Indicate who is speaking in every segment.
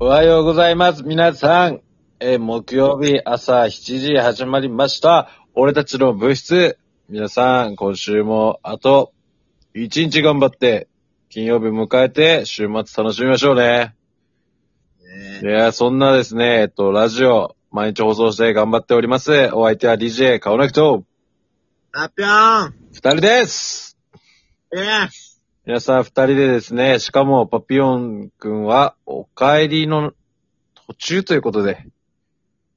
Speaker 1: おはようございます。皆さん、えー木曜日朝7時始まりました。俺たちの部室。皆さん、今週もあと1日頑張って、金曜日迎えて、週末楽しみましょうね。いやー、そんなですね、えっと、ラジオ、毎日放送して頑張っております。お相手は DJ、顔なくと、
Speaker 2: あぴょーん
Speaker 1: 二人です
Speaker 2: ええ
Speaker 1: 皆さん二人でですね、しかもパピヨンくんはお帰りの途中ということで、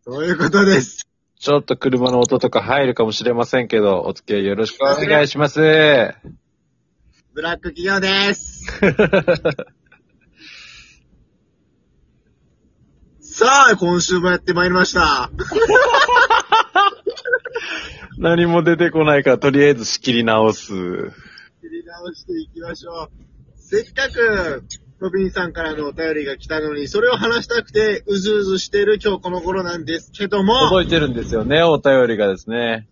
Speaker 2: そういうことです。
Speaker 1: ちょっと車の音とか入るかもしれませんけど、お付き合いよろしくお願いします。え
Speaker 2: ブラック企業です。さあ、今週もやってまいりました。
Speaker 1: 何も出てこないから、とりあえず仕切り直す。
Speaker 2: 切り直していきましょう。せっかく、ロビンさんからのお便りが来たのに、それを話したくて、うずうずしてる今日この頃なんですけども、は
Speaker 1: 届いてるんですよね、お便りがですね。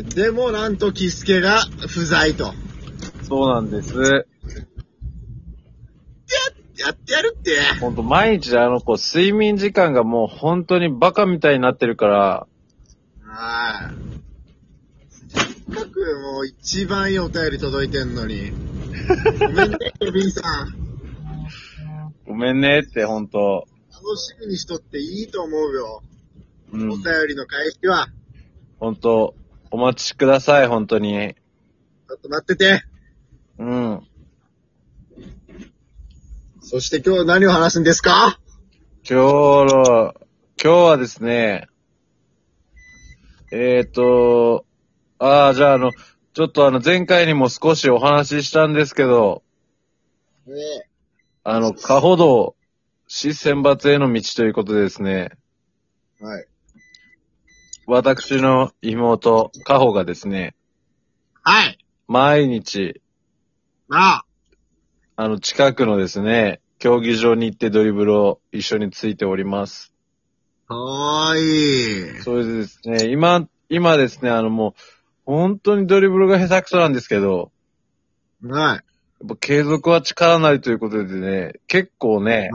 Speaker 2: い。でも、なんと、キスケが不在と。
Speaker 1: そうなんです。
Speaker 2: やってやるって。
Speaker 1: ほんと、毎日あの子、睡眠時間がもう本当にバカみたいになってるから、
Speaker 2: はい。せっかくもう一番いいお便り届いてんのに。ごめんね、ケビンさん。
Speaker 1: ごめんねって、ほんと。
Speaker 2: 楽しみにしとっていいと思うよ。
Speaker 1: う
Speaker 2: お便
Speaker 1: ん。
Speaker 2: りの返しは。
Speaker 1: ほんと、お待ちください、ほんとに。
Speaker 2: ちょっと待ってて。
Speaker 1: うん。
Speaker 2: そして今日何を話すんですか
Speaker 1: 今日の、今日はですね、えっ、ー、と、ああ、じゃああの、ちょっとあの、前回にも少しお話ししたんですけど、
Speaker 2: ねえ。
Speaker 1: あの、過歩道、市選抜への道ということでですね、
Speaker 2: はい。
Speaker 1: 私の妹、過歩がですね、
Speaker 2: はい。
Speaker 1: 毎日、
Speaker 2: まあ。
Speaker 1: あの、近くのですね、競技場に行ってドリブルを一緒についております。
Speaker 2: かわいい。
Speaker 1: それでですね、今、今ですね、あのもう、本当にドリブルが下手くそなんですけど、
Speaker 2: はい。
Speaker 1: やっぱ継続は力なりということでね、結構ね、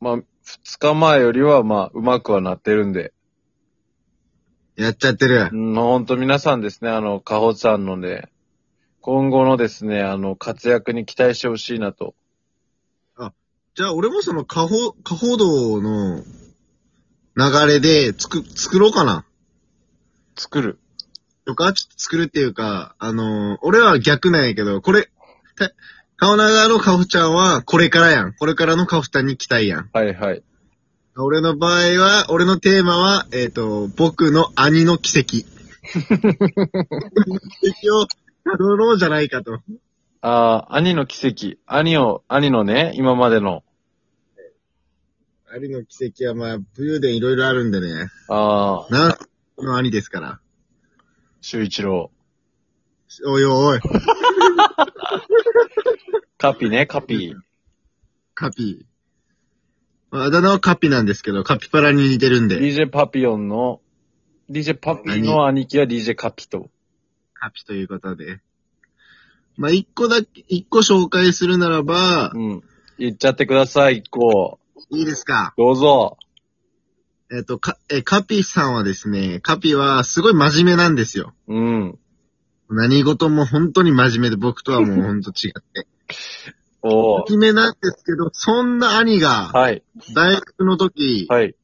Speaker 1: まあ、二日前よりはまあ、うまくはなってるんで、
Speaker 2: やっちゃってる。
Speaker 1: うん、本当皆さんですね、あの、かほさんのね、今後のですね、あの、活躍に期待してほしいなと。
Speaker 2: じゃあ俺もその過保、過保道の流れで作、作ろうかな。
Speaker 1: 作る。
Speaker 2: とか、ちょっと作るっていうか、あのー俺は逆なんやけど、これ、た顔長のカフちゃんはこれからやん。これからのカフちゃんに期待やん。
Speaker 1: はいはい。
Speaker 2: 俺の場合は、俺のテーマは、えっ、と、僕の兄の奇跡。奇跡をたどろうじゃないかと。
Speaker 1: ああ、兄の奇跡。兄を、兄のね、今までの、
Speaker 2: 兄の奇跡はまあ、武勇伝いろいろあるんでね。
Speaker 1: ああ、
Speaker 2: な、の兄ですから。
Speaker 1: 修一郎。
Speaker 2: おいおいおい、
Speaker 1: カピね、カピ。
Speaker 2: カピー。まああだ名はカピなんですけど、カピパラに似てるんで。
Speaker 1: DJ パピヨンの、DJ パピの兄貴は DJ カピと。
Speaker 2: ハピということで。まあ、一個だけ、一個紹介するならば
Speaker 1: う、ん。言っちゃってください、一個。
Speaker 2: いいですか
Speaker 1: どうぞ。
Speaker 2: えっ、と、か、え、カピさんはですね、カピはすごい真面目なんですよ。
Speaker 1: うん。
Speaker 2: 何事も本当に真面目で、僕とはもう本当違って。
Speaker 1: おー
Speaker 2: 真面目なんですけど、そんな兄が、
Speaker 1: はい、
Speaker 2: 大学の時、
Speaker 1: はい。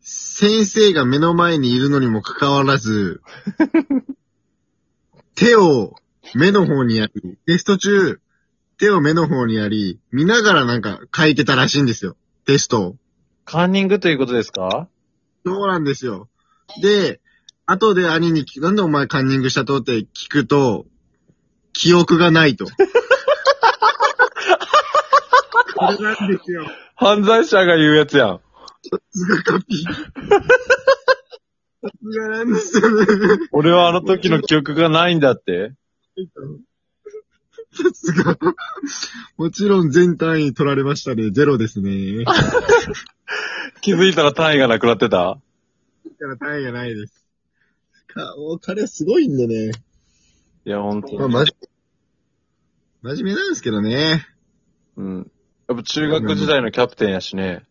Speaker 2: 先生が目の前にいるのにもかかわらず、手を目の方にやり、テスト中、手を目の方にやり、見ながらなんか書いてたらしいんですよ。テストを。
Speaker 1: カンニングということですか
Speaker 2: そうなんですよ。で、後で兄に聞く、なんでお前カンニングしたとって聞くと、記憶がないと。これなんですよ。
Speaker 1: 犯罪者が言うやつやん。
Speaker 2: さすがカピ。さすがなんですよね。
Speaker 1: 俺はあの時の記憶がないんだって。
Speaker 2: さすが。もちろん全単位取られましたね。ゼロですね。だか
Speaker 1: 気づいたら単位がなくなってた
Speaker 2: ら単位がないです。か、もう彼はすごいんでね。
Speaker 1: いや、ほんと
Speaker 2: まあ、
Speaker 1: に。
Speaker 2: まじ、真面目なんですけどね。
Speaker 1: うん。やっぱ中学時代のキャプテンやしね、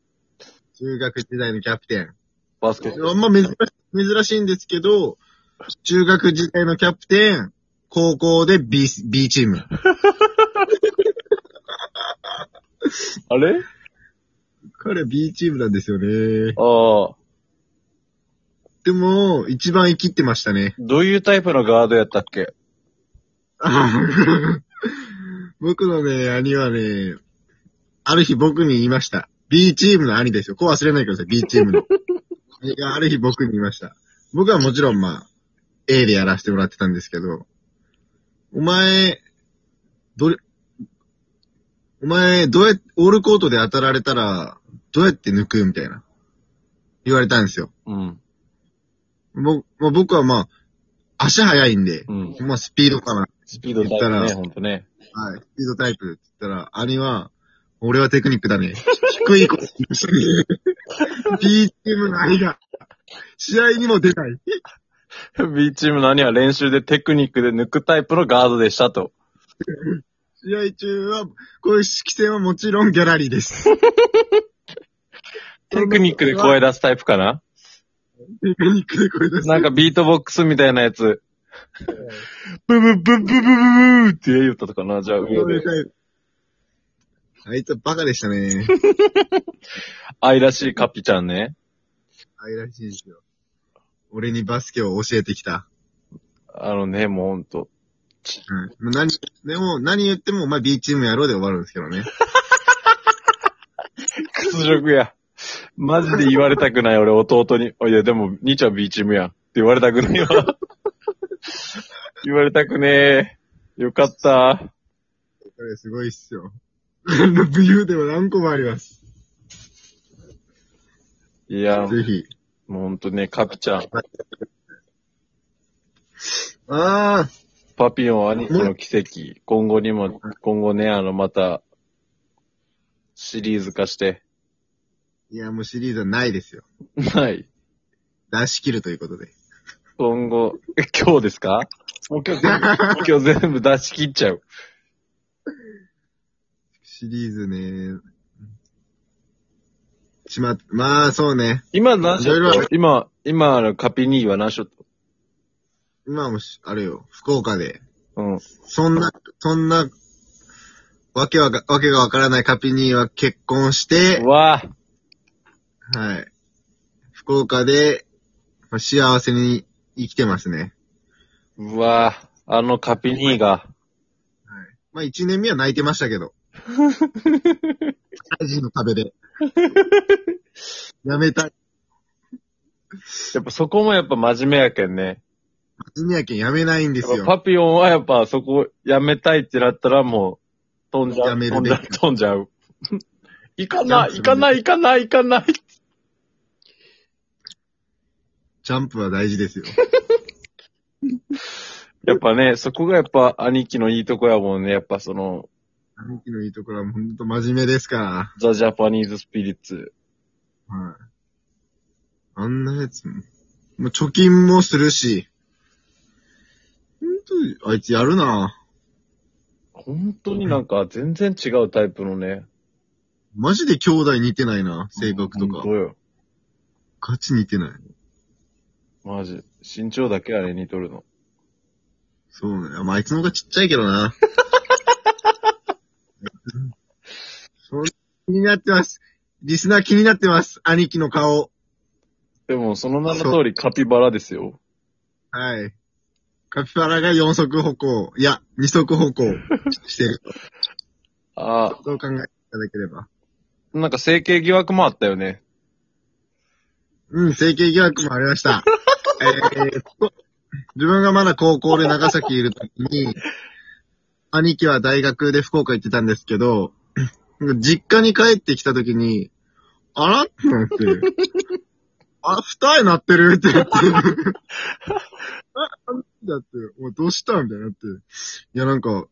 Speaker 2: 中学時代のキャプテン。
Speaker 1: バスケット。
Speaker 2: あんま珍し珍しいんですけど、中学時代のキャプテン、高校で B, B チーム。
Speaker 1: あれ
Speaker 2: 彼 B チームなんですよね。
Speaker 1: ああ。
Speaker 2: でも、一番生きってましたね。
Speaker 1: どういうタイプのガードやったっけ
Speaker 2: 僕のね、兄はね、ある日僕に言いました。B チームの兄ですよ。こう忘れないでください、B チームの。兄がある日僕に言いました。僕はもちろんまあ、A でやらせてもらってたんですけど、お前、どれ、お前、どうやって、オールコートで当たられたら、どうやって抜くみたいな。言われたんですよ。
Speaker 1: うん。
Speaker 2: もうまあ、僕はまあ、足速いんで、
Speaker 1: うん。
Speaker 2: まあスピードかな。
Speaker 1: スピードタイプね、ほんとね。
Speaker 2: はい。スピードタイプって言ったら、兄は、俺はテクニックだね。低いこと言いましたね。B チームの兄が、試合にも出ない。
Speaker 1: B チームの兄は練習でテクニックで抜くタイプのガードでしたと。
Speaker 2: 試合中は、こういう式戦はもちろんギャラリーです。
Speaker 1: テクニックで声出すタイプかな
Speaker 2: テクニックでこれです。
Speaker 1: なんかビートボックスみたいなやつ。ブブブブブブブーって言ったとかな、じゃあ上で。
Speaker 2: あいつはバカでしたね。
Speaker 1: 愛らしいカピちゃんね。
Speaker 2: 愛らしいですよ。俺にバスケを教えてきた。
Speaker 1: あのね、もうほんと。
Speaker 2: うん。もう何、でも何言ってもお前 B チームやろうで終わるんですけどね。
Speaker 1: 屈辱や。マジで言われたくない、俺、弟に。いや、でも、兄ちゃん B チームや。って言われたくないわ。言われたくねえ。よかった。
Speaker 2: これすごいっすよ。 武勇でも何個もあります。
Speaker 1: いや、
Speaker 2: ぜひ。
Speaker 1: もうほんとね、カピちゃん。
Speaker 2: ああ、
Speaker 1: パピヨン兄貴の奇跡。今後にも、今後ね、あの、また、シリーズ化して。
Speaker 2: いやもうシリーズはないですよ。
Speaker 1: はい。
Speaker 2: 出し切るということで。
Speaker 1: 今後、 え今日ですかもう今日全部、今日全部出し切っちゃう。
Speaker 2: シリーズね。しま、まあそうね。
Speaker 1: 今何ショ
Speaker 2: いろいろあ
Speaker 1: ット今、今、あの、カピ兄は何ショット
Speaker 2: 今もし、あれよ、福岡で。
Speaker 1: うん。
Speaker 2: そんな、そんな、わけわか、わけがわからないカピニーは結婚して、
Speaker 1: わあ、
Speaker 2: はい。福岡で、まあ幸せに生きてますね。
Speaker 1: うわあ、あのカピ兄が、
Speaker 2: まあ一年目は泣いてましたけど。大事の壁で。やめたい。
Speaker 1: やっぱそこもやっぱ真面目やけんね。
Speaker 2: ジニア県やめないんです
Speaker 1: やっ
Speaker 2: よ。
Speaker 1: ぱパピヨンはやっぱそこやめたいってなったらもう、飛んじゃ
Speaker 2: や
Speaker 1: う。
Speaker 2: め
Speaker 1: 飛
Speaker 2: る
Speaker 1: ん
Speaker 2: べ
Speaker 1: じ
Speaker 2: き
Speaker 1: ゃう、飛んじゃ う。行かない、行かない、行かない、行かない。
Speaker 2: ジャンプは大事ですよ。
Speaker 1: やっぱね、そこがやっぱ兄貴のいいとこやもんね。やっぱその、
Speaker 2: 兄貴のいいところは本当真面目ですか
Speaker 1: ザ・ジャパニーズ・スピリッツ。
Speaker 2: ら。はい。あんなやつも。もう貯金もするし。本当あいつやるな
Speaker 1: 本当になんか全然違うタイプのね。
Speaker 2: マジで兄弟似てないな。性格とか
Speaker 1: 本。当よ。
Speaker 2: ガチ似てない。
Speaker 1: マジ。身長だけあれにとるの。
Speaker 2: そうね。まあ、あいつの方がちっちゃいけどな。そん気になってます。リスナー気になってます。兄貴の顔。
Speaker 1: でもその名の通りカピバラですよ。
Speaker 2: はい。カピバラが4足歩行。いや、2足歩行してる。
Speaker 1: ああ、
Speaker 2: そう考えていただければ。
Speaker 1: なんか整形疑惑もあったよね。
Speaker 2: うん、整形疑惑もありました。えー、自分がまだ高校で長崎いるときに、兄貴は大学で福岡行ってたんですけど、実家に帰ってきたときに、あらってなって、あ、二重なってるってなって、あ、なんだって、お前どうしたみたいになって、いやなんか、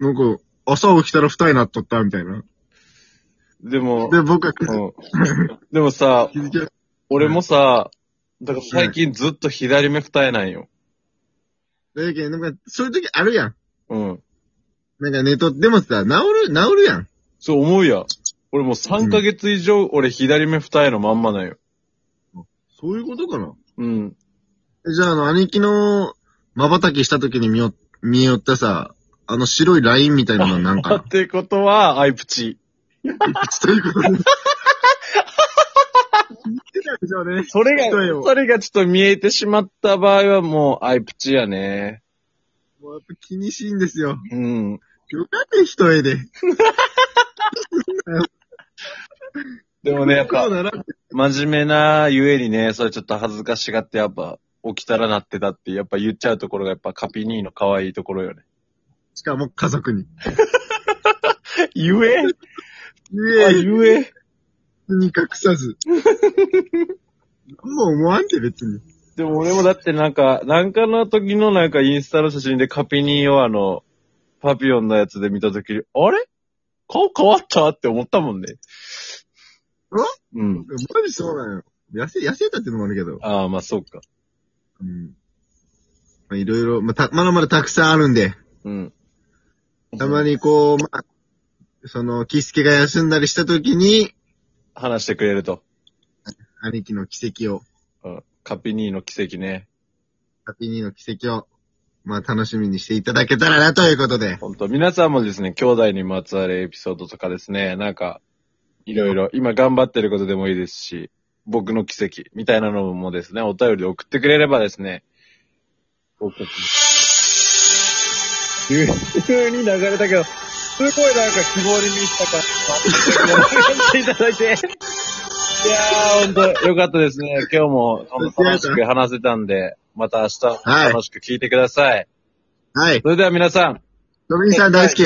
Speaker 2: なんか、朝起きたら二重なっとったみたいな。
Speaker 1: でも、
Speaker 2: で、僕は気づ
Speaker 1: うん、でもさ、
Speaker 2: 気づきました
Speaker 1: 俺もさ、だから最近ずっと左目二重なんよ。
Speaker 2: だけどなんか、そういう時あるやん。
Speaker 1: うん。
Speaker 2: なんか寝とってもさ、治る、治るやん。
Speaker 1: そう思うや。俺もう3ヶ月以上、俺左目二重のまんまなんよ。
Speaker 2: そういうことかな
Speaker 1: うん。
Speaker 2: えじゃあ、あの、兄貴の、瞬きした時に見よ、見よったさ、あの白いラインみたいなのはなん
Speaker 1: っ
Speaker 2: か、
Speaker 1: てことは、アイプチ。
Speaker 2: ちょっと いうことで。言ってたでしょうね。
Speaker 1: それ
Speaker 2: そうよ
Speaker 1: が、それがちょっと見えてしまった場合はもうアイプチやね。
Speaker 2: もうやっぱ気にしいんですよ。
Speaker 1: うん。
Speaker 2: よかって一重で。
Speaker 1: でもね、やっ
Speaker 2: そ
Speaker 1: ぱ
Speaker 2: う、ならん
Speaker 1: 真面目なゆえにね、それちょっと恥ずかしがって、やっぱ、起きたらなってたって、やっぱ言っちゃうところが、やっぱカピニーの可愛いところよね。
Speaker 2: しかも家族に。
Speaker 1: ゆえ
Speaker 2: ゆえ、
Speaker 1: ゆえ
Speaker 2: に隠さ ず。何も思わんて別に。
Speaker 1: でも俺もだってなんか、なんかの時のなんかインスタの写真でカピニーをあの、パピヨンのやつで見た時に、あれ顔変わったって思ったもんね。うん。
Speaker 2: マジそうなのよ。痩せ、痩せたってのもあるけど。
Speaker 1: ああ、まあそうか。
Speaker 2: うん。まあ、いろいろ、まあ、た、まだまだたくさんあるんで、
Speaker 1: うん。
Speaker 2: たまにこう、まあ、その、キスケが休んだりした時に、
Speaker 1: 話してくれると。
Speaker 2: 兄貴の奇跡を、
Speaker 1: うん。カピニーの奇跡ね。
Speaker 2: ハピニーの奇跡を、まあ、楽しみにしていただけたらな、ということで。
Speaker 1: 本当皆さんもですね、兄弟にまつわるエピソードとかですね、なんか、いろいろ、今頑張ってることでもいいですし、僕の奇跡みたいなのもですね、お便りで送ってくれればですね、僕たち急に流れたけど、すごいなんか希望に満ちた感じが、やっていただいて、いやー、ほんと、よかったですね。今日もほんと楽しく話せたんで、また明日も楽しく聞いてください。
Speaker 2: はい。
Speaker 1: それでは皆さん、
Speaker 2: ドミニさん大好き。